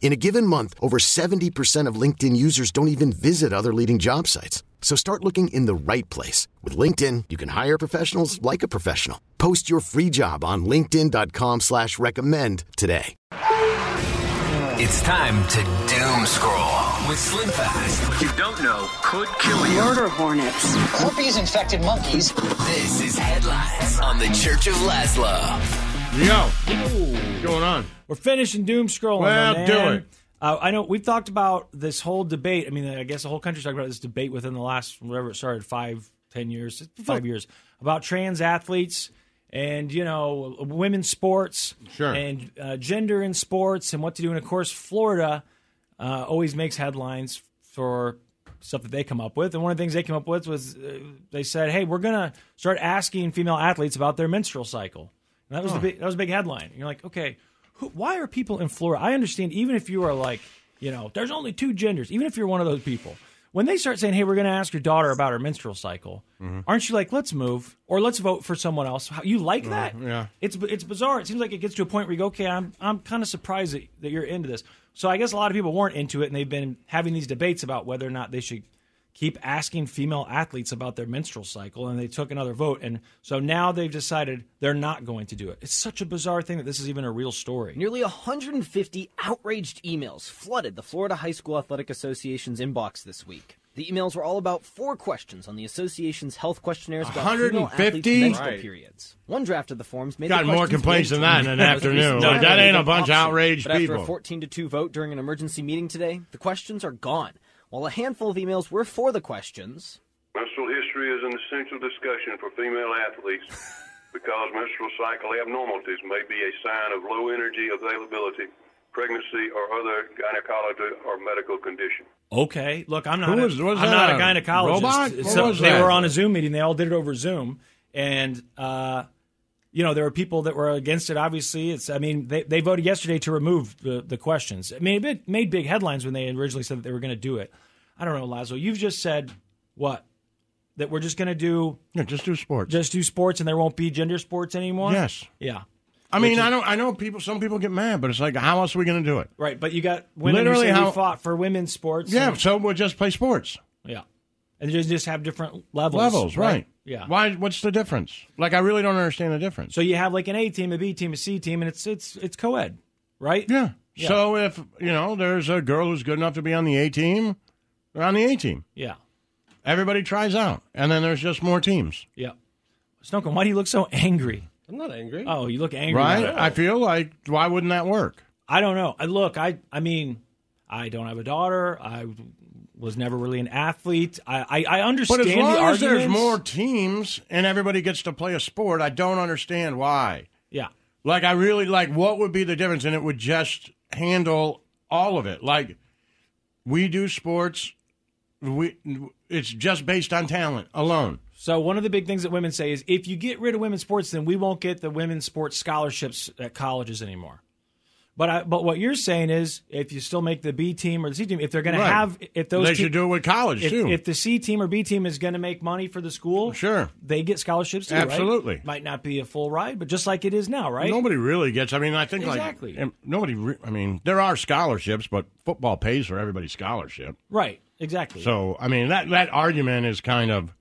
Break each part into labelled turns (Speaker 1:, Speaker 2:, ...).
Speaker 1: In a given month, over 70% of LinkedIn users don't even visit other leading job sites. So start looking in the right place. With LinkedIn, you can hire professionals like a professional. Post your free job on linkedin.com slash recommend today.
Speaker 2: It's time to doom scroll with Slim Fast.
Speaker 3: What you don't know could kill you.
Speaker 4: Murder hornets.
Speaker 5: Corpies infected monkeys.
Speaker 2: This is Headlines on the Church of Laszlo.
Speaker 6: Yo, what's going on?
Speaker 7: We're finishing doom scrolling.
Speaker 6: Well,
Speaker 7: my man.
Speaker 6: do it.
Speaker 7: Uh, I know we've talked about this whole debate. I mean, I guess the whole country's talked about this debate within the last whatever it started five, ten years, five years about trans athletes and you know women's sports,
Speaker 6: Sure.
Speaker 7: and uh, gender in sports and what to do. And of course, Florida uh, always makes headlines for stuff that they come up with. And one of the things they came up with was uh, they said, "Hey, we're gonna start asking female athletes about their menstrual cycle." And that was the big, that was a big headline. And you're like, okay, who, why are people in Florida? I understand even if you are like, you know, there's only two genders. Even if you're one of those people, when they start saying, hey, we're going to ask your daughter about her menstrual cycle, aren't you like, let's move or let's vote for someone else? How- You like that?
Speaker 6: yeah.
Speaker 7: It's it's bizarre. It seems like it gets to a point where you go, okay, I'm I'm kind of surprised that, that you're into this. So I guess a lot of people weren't into it, and they've been having these debates about whether or not they should keep asking female athletes about their menstrual cycle, and they took another vote, and so now they've decided they're not going to do it. It's such a bizarre thing that this is even a real story.
Speaker 8: Nearly 150 outraged emails flooded the Florida High School Athletic Association's inbox this week. The emails were all about four questions on the association's health questionnaires about female
Speaker 6: 150?
Speaker 8: athletes' menstrual
Speaker 6: Right.
Speaker 8: periods. One draft of the forms made
Speaker 6: Got
Speaker 8: the
Speaker 6: more
Speaker 8: questions
Speaker 6: complaints than that in an
Speaker 8: mandatory. was
Speaker 6: afternoon.
Speaker 8: recently
Speaker 6: Like, that ain't a bunch
Speaker 8: option.
Speaker 6: of outraged
Speaker 8: but After
Speaker 6: people.
Speaker 8: a 14 to 2 vote during an emergency meeting today, the questions are gone. While a handful of emails were for the questions,
Speaker 9: Menstrual history is an essential discussion for female athletes because menstrual cycle abnormalities may be a sign of low energy availability, pregnancy, or other gynecology or medical condition.
Speaker 7: Okay, look, I'm not
Speaker 6: Who
Speaker 7: a,
Speaker 6: was- what was
Speaker 7: I'm not a
Speaker 6: that, a
Speaker 7: gynecologist.
Speaker 6: robot? What
Speaker 7: So
Speaker 6: was
Speaker 7: they
Speaker 6: that?
Speaker 7: were on a Zoom meeting. They all did it over Zoom, and uh, you know there were people that were against it. Obviously, it's I mean they, they voted yesterday to remove the, the questions. I mean it bit- made big headlines when they originally said that they were going to do it. I don't know, Lazo. You've just said what that we're just going to do
Speaker 6: Yeah, just do sports.
Speaker 7: just do sports and there won't be gender sports anymore.
Speaker 6: Yes.
Speaker 7: Yeah.
Speaker 6: I mean, I don't. I know people. Some people get mad, but it's like, how else are we going to do it?
Speaker 7: Right, but you got women
Speaker 6: Literally
Speaker 7: who say we
Speaker 6: how-
Speaker 7: fought for women's sports.
Speaker 6: Yeah,
Speaker 7: and-
Speaker 6: so we'll just play sports
Speaker 7: yeah, and just just have different levels.
Speaker 6: levels, right?
Speaker 7: Yeah.
Speaker 6: Why? What's the difference? Like, I really don't understand the difference.
Speaker 7: So you have like an A team, a B team, a C team, and it's it's it's co-ed, right?
Speaker 6: yeah. So if you know, there's a girl who's good enough to be on the A team, they're on the A team.
Speaker 7: Yeah.
Speaker 6: Everybody tries out, and then there's just more teams,
Speaker 7: Yeah. Snookin, why do you look so angry?
Speaker 10: I'm not angry.
Speaker 7: Oh, you look angry.
Speaker 6: right?
Speaker 7: about it.
Speaker 6: I feel like why wouldn't that work?
Speaker 7: I don't know. I look, I I mean, I don't have a daughter. I was never really an athlete. I I, I understand
Speaker 6: But as long
Speaker 7: the
Speaker 6: as there's
Speaker 7: arguments.
Speaker 6: more teams and everybody gets to play a sport, I don't understand why.
Speaker 7: Yeah.
Speaker 6: Like, I really like what would be the difference, and it would just handle all of it. Like, we do sports. We it's just based on talent alone.
Speaker 7: So one of the big things that women say is if you get rid of women's sports, then we won't get the women's sports scholarships at colleges anymore. But I, but what you're saying is if you still make the B team or the C team, if they're going to
Speaker 6: Right.
Speaker 7: have if those
Speaker 6: they
Speaker 7: te-
Speaker 6: should do it with college
Speaker 7: if,
Speaker 6: too.
Speaker 7: if the C team or B team is going to make money for the school,
Speaker 6: Sure.
Speaker 7: they get scholarships too. right?
Speaker 6: Absolutely.
Speaker 7: might not be a full ride, but just like it is now, right?
Speaker 6: Nobody really gets. I mean, I think
Speaker 7: Exactly.
Speaker 6: like em- nobody. Re- I mean, there are scholarships, but football pays for everybody's scholarship.
Speaker 7: Right, exactly.
Speaker 6: So I mean that that argument is kind of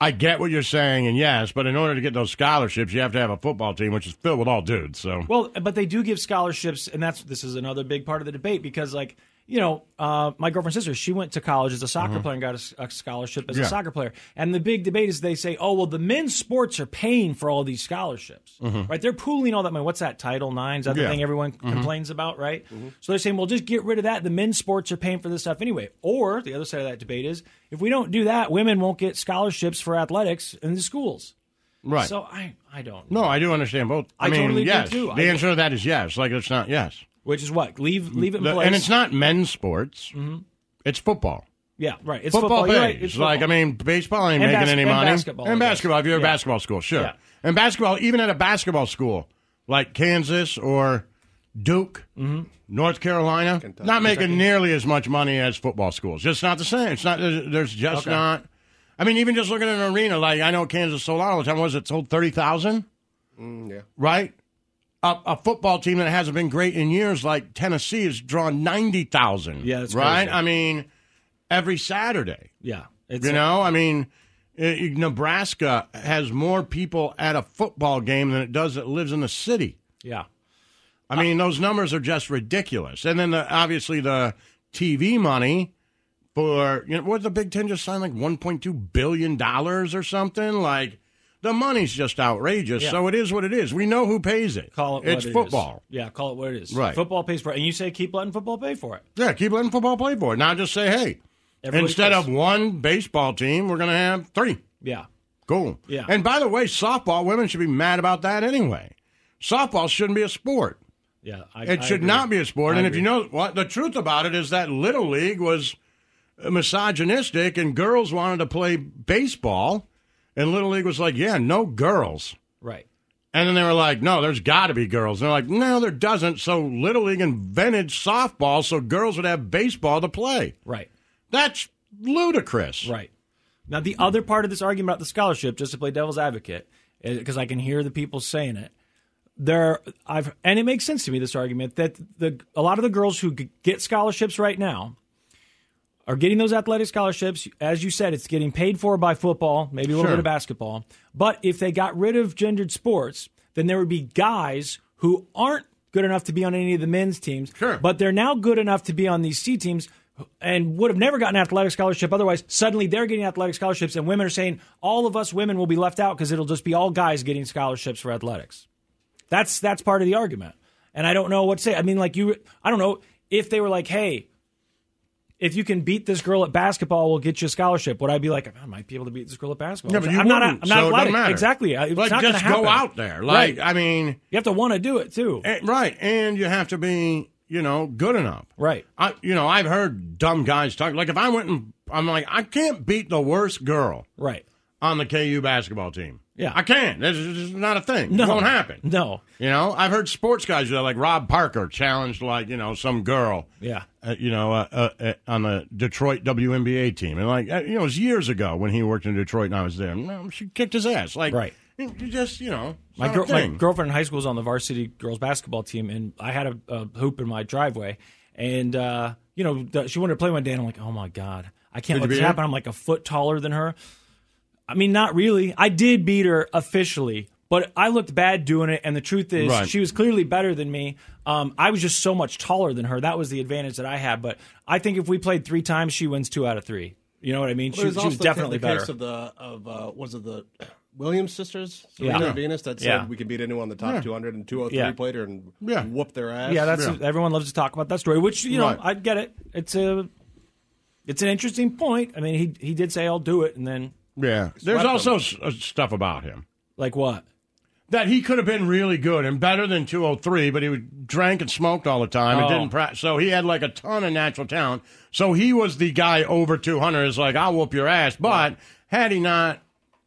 Speaker 6: I get what you're saying and yes, but in order to get those scholarships you have to have a football team which is filled with all dudes. So
Speaker 7: well, but they do give scholarships, and that's this is another big part of the debate because like you know, uh, my girlfriend's sister, she went to college as a soccer player and got a s- a, scholarship as
Speaker 6: Mm-hmm. Yeah.
Speaker 7: a soccer player. And the big debate is they say, oh, well, the men's sports are paying for all these scholarships, right? They're pooling all that money. What's that, Title IX? Is that
Speaker 6: Mm-hmm. Yeah. Mm-hmm.
Speaker 7: the thing everyone complains about, right? So they're saying, well, just get rid of that. The men's sports are paying for this stuff anyway. Or the other side of that debate is if we don't do that, women won't get scholarships for athletics in the schools.
Speaker 6: Right.
Speaker 7: So I, I don't know.
Speaker 6: no, I do understand both. I,
Speaker 7: I
Speaker 6: mean,
Speaker 7: totally do,
Speaker 6: yes.
Speaker 7: too.
Speaker 6: The
Speaker 7: I-
Speaker 6: answer to that is yes. Like it's not yes.
Speaker 7: Which is what? Leave leave it in
Speaker 6: The-
Speaker 7: place.
Speaker 6: and it's not men's sports. It's football.
Speaker 7: Yeah, right. It's
Speaker 6: football,
Speaker 7: football. You're right,
Speaker 6: pays.
Speaker 7: it's
Speaker 6: Like I
Speaker 7: football.
Speaker 6: mean, baseball ain't
Speaker 7: And
Speaker 6: making
Speaker 7: bas-
Speaker 6: any
Speaker 7: and
Speaker 6: money.
Speaker 7: basketball,
Speaker 6: and
Speaker 7: I guess.
Speaker 6: basketball. If you're
Speaker 7: Yeah.
Speaker 6: a basketball school, sure.
Speaker 7: Yeah.
Speaker 6: And basketball, even at a basketball school like Kansas or Duke,
Speaker 7: Mm-hmm.
Speaker 6: North Carolina, not making nearly as much money as football schools. Just not the same. It's not. There's there's just not. I mean, even just looking at an arena, like I know Kansas sold out all the time. Was it sold thirty thousand?
Speaker 4: yeah.
Speaker 6: Right. A, a football team that hasn't been great in years, like Tennessee, has drawn ninety thousand.
Speaker 7: Yeah, that's
Speaker 6: right.
Speaker 7: crazy.
Speaker 6: I mean, every Saturday.
Speaker 7: yeah. It's
Speaker 6: You know, I mean, eh, Nebraska has more people at a football game than it does that lives in the city.
Speaker 7: yeah.
Speaker 6: I mean, those numbers are just ridiculous. And then the, obviously the TV money for you know what the Big Ten just signed like one point two billion dollars or something like. The money's just outrageous,
Speaker 7: Yeah.
Speaker 6: so it is what it is. We know who pays it.
Speaker 7: Call it
Speaker 6: it's
Speaker 7: what it is.
Speaker 6: football.
Speaker 7: Yeah, call it what it is.
Speaker 6: Right.
Speaker 7: Football pays for it. And you say keep letting football pay for it.
Speaker 6: Yeah, keep letting football play for it. Now just say, hey,
Speaker 7: Everybody
Speaker 6: instead
Speaker 7: pays.
Speaker 6: of one baseball team, we're going to have three.
Speaker 7: Yeah.
Speaker 6: Cool.
Speaker 7: Yeah.
Speaker 6: And by the way, softball women should be mad about that anyway. Softball shouldn't be a sport.
Speaker 7: Yeah. I,
Speaker 6: It
Speaker 7: I
Speaker 6: should
Speaker 7: agree.
Speaker 6: not be a sport.
Speaker 7: I
Speaker 6: and if you
Speaker 7: agree.
Speaker 6: know what the truth about it is that little league was misogynistic and girls wanted to play baseball and little league was like, "Yeah, no girls."
Speaker 7: Right.
Speaker 6: And then they were like, "No, there's got to be girls." And they're like, "No, there doesn't." So little league invented softball so girls would have baseball to play.
Speaker 7: Right.
Speaker 6: That's ludicrous.
Speaker 7: Right. Now, the other part of this argument about the scholarship, just to play devil's advocate, because I can hear the people saying it. There, I've and it makes sense to me this argument that the a lot of the girls who g- get scholarships right now are getting those athletic scholarships. As you said, it's getting paid for by football, maybe a little
Speaker 6: Sure.
Speaker 7: bit of basketball. But if they got rid of gendered sports, then there would be guys who aren't good enough to be on any of the men's teams,
Speaker 6: Sure.
Speaker 7: but they're now good enough to be on these C teams and would have never gotten an athletic scholarship otherwise. Suddenly they're getting athletic scholarships, and women are saying, all of us women will be left out because it'll just be all guys getting scholarships for athletics. That's that's part of the argument. And I don't know what to say. I mean, like you I don't know if they were like, hey, if you can beat this girl at basketball, we'll get you a scholarship. Would I be like, I might be able to beat this girl at basketball?
Speaker 6: Yeah, but you
Speaker 7: I'm not.
Speaker 6: wouldn't,
Speaker 7: I'm
Speaker 6: so
Speaker 7: not
Speaker 6: it
Speaker 7: athletic.
Speaker 6: doesn't matter.
Speaker 7: Exactly. I- It's
Speaker 6: like,
Speaker 7: not gonna
Speaker 6: just
Speaker 7: happen.
Speaker 6: go out there. Like,
Speaker 7: Right.
Speaker 6: I mean,
Speaker 7: you have to want to do it too.
Speaker 6: eh, right. And you have to be, you know, good enough.
Speaker 7: Right.
Speaker 6: I, you know, I've heard dumb guys talk. Like, if I went and I'm like, I can't beat the worst girl
Speaker 7: Right.
Speaker 6: on the KU basketball team.
Speaker 7: Yeah.
Speaker 6: I can't. This is just not a thing.
Speaker 7: No.
Speaker 6: It won't happen.
Speaker 7: No.
Speaker 6: You know, I've heard sports guys do that, like Rob Parker challenged, like, you know, some girl.
Speaker 7: Yeah.
Speaker 6: uh, you know, uh, uh, uh, on the Detroit WNBA team. And, like, uh, you know, it was years ago when he worked in Detroit and I was there. And, well, she kicked his ass. Like,
Speaker 7: Right.
Speaker 6: you you just, you know, it's
Speaker 7: My,
Speaker 6: not
Speaker 7: girl,
Speaker 6: a
Speaker 7: my
Speaker 6: thing.
Speaker 7: girlfriend in high school was on the varsity girls basketball team, and I had a, a hoop in my driveway. And, uh, you know, th- she wanted to play one day, and I'm like, oh my God, I can't
Speaker 6: Did you
Speaker 7: let this
Speaker 6: beat her?
Speaker 7: happen. I'm like a foot taller than her. I mean, not really. I did beat her officially, but I looked bad doing it. And the truth is,
Speaker 6: Right.
Speaker 7: she was clearly better than me. Um, I was just so much taller than her. That was the advantage that I had. But I think if we played three times, she wins two out of three. You know what I mean?
Speaker 4: Well,
Speaker 7: she,
Speaker 4: there's
Speaker 7: she was
Speaker 4: also
Speaker 7: definitely
Speaker 4: the
Speaker 7: better.
Speaker 4: case of the of uh, was it the Williams sisters, Serena
Speaker 7: Yeah.
Speaker 4: and Venus, that said
Speaker 7: Yeah.
Speaker 4: we can beat anyone in the top 200 and 203
Speaker 7: Yeah.
Speaker 4: played her and
Speaker 6: Yeah.
Speaker 4: whoop their ass.
Speaker 7: yeah, that's everyone loves to talk about that story, which you know
Speaker 6: Right.
Speaker 7: I get it. It's a it's an interesting point. I mean, he he did say I'll do it, and then
Speaker 6: Yeah. There's also s- uh, stuff about him
Speaker 7: like what?
Speaker 6: that he could have been really good and better than 203, but he would, drank and smoked all the time and
Speaker 7: Oh.
Speaker 6: didn't practice. So he had like a ton of natural talent. So he was the guy over 200 is like, I'll whoop your ass. But had he not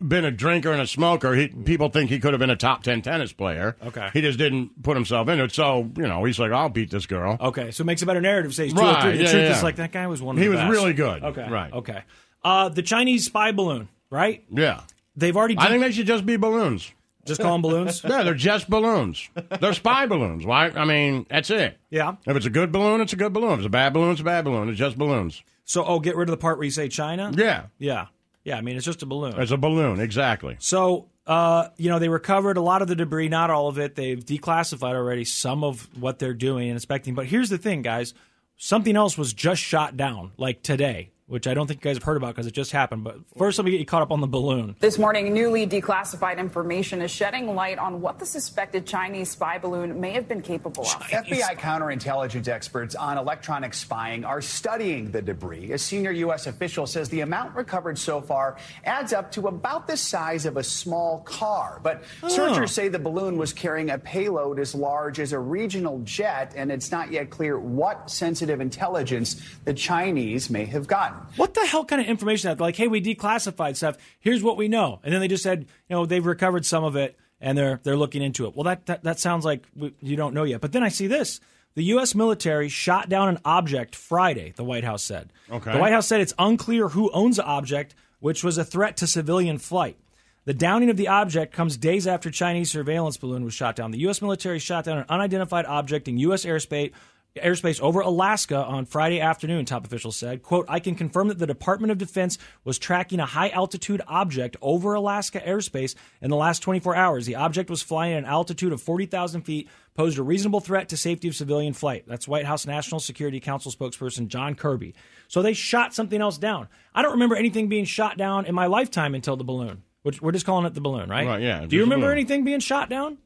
Speaker 6: been a drinker and a smoker, he, people think he could have been a top 10 tennis player.
Speaker 7: Okay.
Speaker 6: He just didn't put himself into it. So, you know, he's like, I'll beat this girl.
Speaker 7: Okay, so it makes a better narrative. Say he's
Speaker 6: Right,
Speaker 7: 203. The
Speaker 6: yeah,
Speaker 7: truth
Speaker 6: yeah.
Speaker 7: is like that guy was one. Of
Speaker 6: He
Speaker 7: the
Speaker 6: was
Speaker 7: best.
Speaker 6: really good.
Speaker 7: Okay,
Speaker 6: Right.
Speaker 7: Okay, uh, the Chinese spy balloon, right?
Speaker 6: Yeah.
Speaker 7: They've already
Speaker 6: I think they should just be balloons.
Speaker 7: just call them balloons.
Speaker 6: Yeah, they're just balloons. They're spy balloons. Why? I mean, that's it.
Speaker 7: Yeah.
Speaker 6: If it's a good balloon, it's a good balloon. If it's a bad balloon, it's a bad balloon. It's just balloons.
Speaker 7: So oh, get rid of the part where you say China.
Speaker 6: Yeah.
Speaker 7: yeah, yeah. I mean, it's just a balloon.
Speaker 6: It's a balloon, exactly.
Speaker 7: So, uh, you know, they recovered a lot of the debris, not all of it. They've declassified already some of what they're doing and inspecting. But here's the thing, guys Something else was just shot down, like today, which I don't think you guys have heard about because it just happened. But first, let me get you caught up on the balloon.
Speaker 11: This morning, newly declassified information is shedding light on what the suspected Chinese spy balloon may have been capable of.
Speaker 12: FBI counterintelligence experts on electronic spying are studying the debris. A senior U.S. official says the amount recovered so far adds up to about the size of a small car. But
Speaker 13: Oh.
Speaker 12: searchers say the balloon was carrying a payload as large as a regional jet, and it's not yet clear what sensitive intelligence the Chinese may have gotten.
Speaker 7: What the hell kind of information that like, hey, we declassified stuff. Here's what we know, and then they just said, you know, they've recovered some of it and they're they're looking into it. Well, that that, that sounds like we, you don't know yet. But then I see this: the U.S. military shot down an object Friday. The White House said.
Speaker 6: Okay.
Speaker 7: The White House said it's unclear who owns the object, which was a threat to civilian flight. The downing of the object comes days after Chinese surveillance balloon was shot down. The U.S. military shot down an unidentified object in U.S. airspace airspace over Alaska on Friday afternoon, top officials said. Quote, I can confirm that the Department of Defense was tracking a high altitude object over Alaska airspace in the last 24 hours. The object was flying at an altitude of 40,000 feet, posed a reasonable threat to safety of civilian flight. That's White House National Security Council spokesperson John Kirby. So they shot something else down. I don't remember anything being shot down in my lifetime until the balloon. Which We're just calling it the balloon, right?
Speaker 6: Right, yeah,
Speaker 7: Do you
Speaker 6: just a
Speaker 7: remember
Speaker 6: balloon.
Speaker 7: anything being shot down?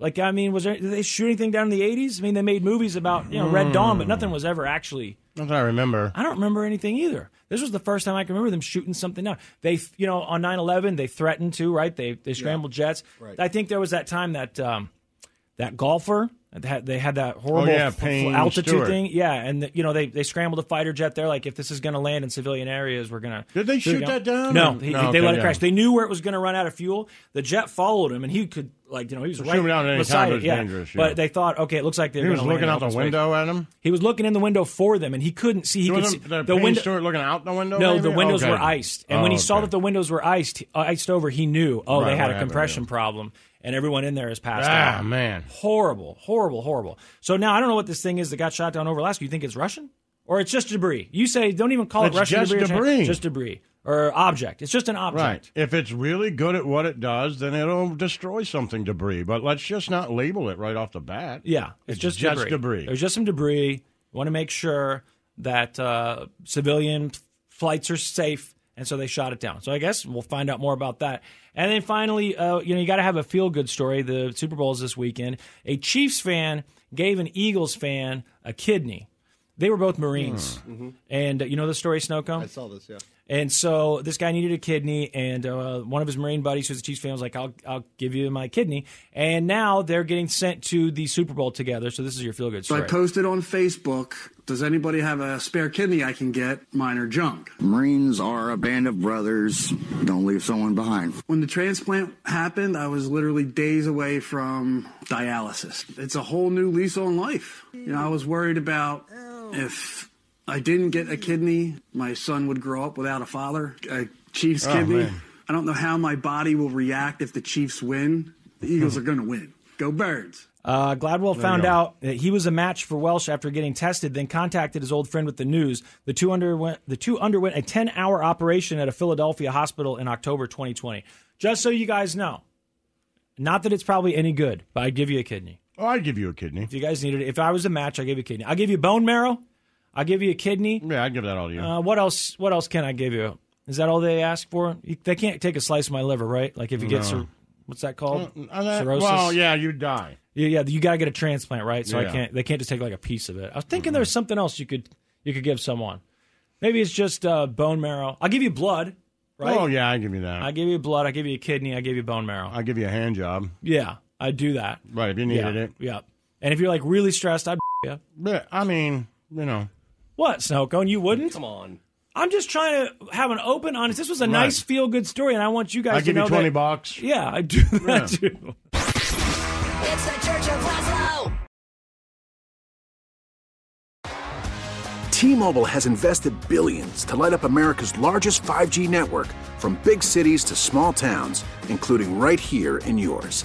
Speaker 7: Like, I mean, was there, did they shoot anything down in the 80s? I mean, they made movies about, you know, Red Dawn, but nothing was ever actually.
Speaker 6: Not that I remember.
Speaker 7: I don't remember anything either. This was the first time I can remember them shooting something down. They, you know, on 9 11, they threatened to, right? They, they scrambled jets.
Speaker 14: Right.
Speaker 7: I think there was that time that um, that golfer, they had, they had that horrible
Speaker 6: Oh, yeah,
Speaker 7: f- f-
Speaker 6: Payne
Speaker 7: altitude
Speaker 6: Stewart.
Speaker 7: thing. Yeah. And, you know, they, they scrambled a fighter jet. They're like, if this is going to land in civilian areas, we're going to.
Speaker 6: Did they shoot that down?
Speaker 7: No.
Speaker 6: Or-
Speaker 7: he-
Speaker 6: No,
Speaker 7: they
Speaker 6: okay,
Speaker 7: let it
Speaker 6: yeah.
Speaker 7: crash. They knew where it was going to run out of fuel. The jet followed him, and he could, like, you know, he was
Speaker 6: Shoot
Speaker 7: right
Speaker 6: him down at any
Speaker 7: beside
Speaker 6: time, it
Speaker 7: it.
Speaker 6: was
Speaker 7: yeah.
Speaker 6: dangerous, yeah.
Speaker 7: But they thought, okay, it looks like they're
Speaker 6: He was
Speaker 7: gonna land
Speaker 6: looking
Speaker 7: in
Speaker 6: out the
Speaker 7: open space.
Speaker 6: window at him?
Speaker 7: He was looking in the window for them, and he couldn't see. He
Speaker 6: He
Speaker 7: could
Speaker 6: was
Speaker 7: see
Speaker 6: the, the
Speaker 7: window.
Speaker 6: Stewart looking out the window.
Speaker 7: No,
Speaker 6: maybe?
Speaker 7: the windows
Speaker 6: Okay.
Speaker 7: were iced, and when he
Speaker 6: Oh,
Speaker 7: saw
Speaker 6: okay.
Speaker 7: that the windows were iced, uh, iced over, he knew, oh,
Speaker 6: Right,
Speaker 7: they had
Speaker 6: what
Speaker 7: a
Speaker 6: happened,
Speaker 7: compression problem, and everyone in there is passed out.
Speaker 6: Ah, man.
Speaker 7: Horrible, horrible, horrible. So now I don't know what this thing is that got shot down over Alaska. You think it's Russian or it's just debris? You say don't even call
Speaker 6: It's
Speaker 7: it Russian
Speaker 6: just
Speaker 7: debris. or Chinese-
Speaker 6: debris.
Speaker 7: Just debris or object. It's just an object.
Speaker 6: Right. If it's really good at what it does, then it'll destroy something debris. But let's just not label it right off the bat.
Speaker 7: Yeah,
Speaker 6: It's, just, debris.
Speaker 7: There's just some debris. We want to make sure that uh, civilian f- flights are safe, and so they shot it down. So I guess we'll find out more about that. And then finally, uh, you know, you got to have a feel good story. The Super Bowl is this weekend. A Chiefs fan gave an Eagles fan a kidney. They were both Marines,
Speaker 14: Mhm.
Speaker 7: and uh, you know the story, Snowcomb.
Speaker 14: I saw this, yeah.
Speaker 7: And so this guy needed a kidney, and uh, one of his Marine buddies, who's a Chiefs fan, was like, "I'll I'll give you my kidney." And now they're getting sent to the Super Bowl together. So this is your feel good
Speaker 4: So I
Speaker 7: story.
Speaker 4: posted on Facebook, does anybody have a spare kidney I can get? Mine are junk.
Speaker 15: Marines are a band of brothers. Don't leave someone behind.
Speaker 4: When the transplant happened, I was literally days away from dialysis. It's a whole new lease on life. You know, I was worried about if I didn't get a kidney, my son would grow up without a father, a Chiefs
Speaker 6: Ah,
Speaker 16: Oh,
Speaker 4: kidney.
Speaker 16: man.
Speaker 4: I don't know how my body will react if the Chiefs win. The Eagles are going to win. Go Birds.
Speaker 7: Uh, Gladwell
Speaker 4: There
Speaker 7: found
Speaker 4: you go.
Speaker 7: out that he was a match for Welsh after getting tested, then contacted his old friend with the news. The two underwent the two underwent a 10-hour operation at a Philadelphia hospital in October 2020. Just so you guys know, not that it's probably any good, but I give you a kidney.
Speaker 6: Oh, I'd give you a kidney.
Speaker 7: If you guys needed it, if I was a match, I give you a kidney. I give you bone marrow. I give you a kidney.
Speaker 6: Yeah, I'd give that all to you.
Speaker 7: Uh, what else? What else can I give you? Is that all they ask for? You, they can't take a slice of my liver, right? Like if you get
Speaker 6: No.
Speaker 7: cir- what's that called?
Speaker 6: Uh, that-
Speaker 7: Cirrhosis.
Speaker 6: Well, yeah, you die.
Speaker 7: Yeah, yeah, you gotta get a transplant, right? So I
Speaker 6: Yeah. Mm-hmm.
Speaker 7: can't. They can't just take like a piece of it. I was thinking there was something else you could you could give someone. Maybe it's just uh, bone marrow. I'll give you blood, right?
Speaker 6: Oh, yeah, I'd give you that.
Speaker 7: I give you blood. I give you a kidney. I give you bone marrow.
Speaker 6: I'd give you a hand job.
Speaker 7: Yeah, I do that.
Speaker 6: Right, if you needed
Speaker 7: yeah,
Speaker 6: it.
Speaker 7: Yeah. And if you're like really stressed, I'd you.
Speaker 6: But, I mean, you know.
Speaker 7: What, Snowcone? You wouldn't?
Speaker 14: Come on.
Speaker 7: I'm just trying to have an open, honest. This was a
Speaker 6: Right.
Speaker 7: nice, feel good story, and I want you guys
Speaker 6: I
Speaker 7: to
Speaker 6: give you
Speaker 7: know
Speaker 6: 20
Speaker 7: that-
Speaker 6: bucks.
Speaker 7: Yeah, I do that too.
Speaker 17: It's the Church of Laszlo.
Speaker 1: T-Mobile has invested billions to light up America's largest 5G network from big cities to small towns, including right here in yours.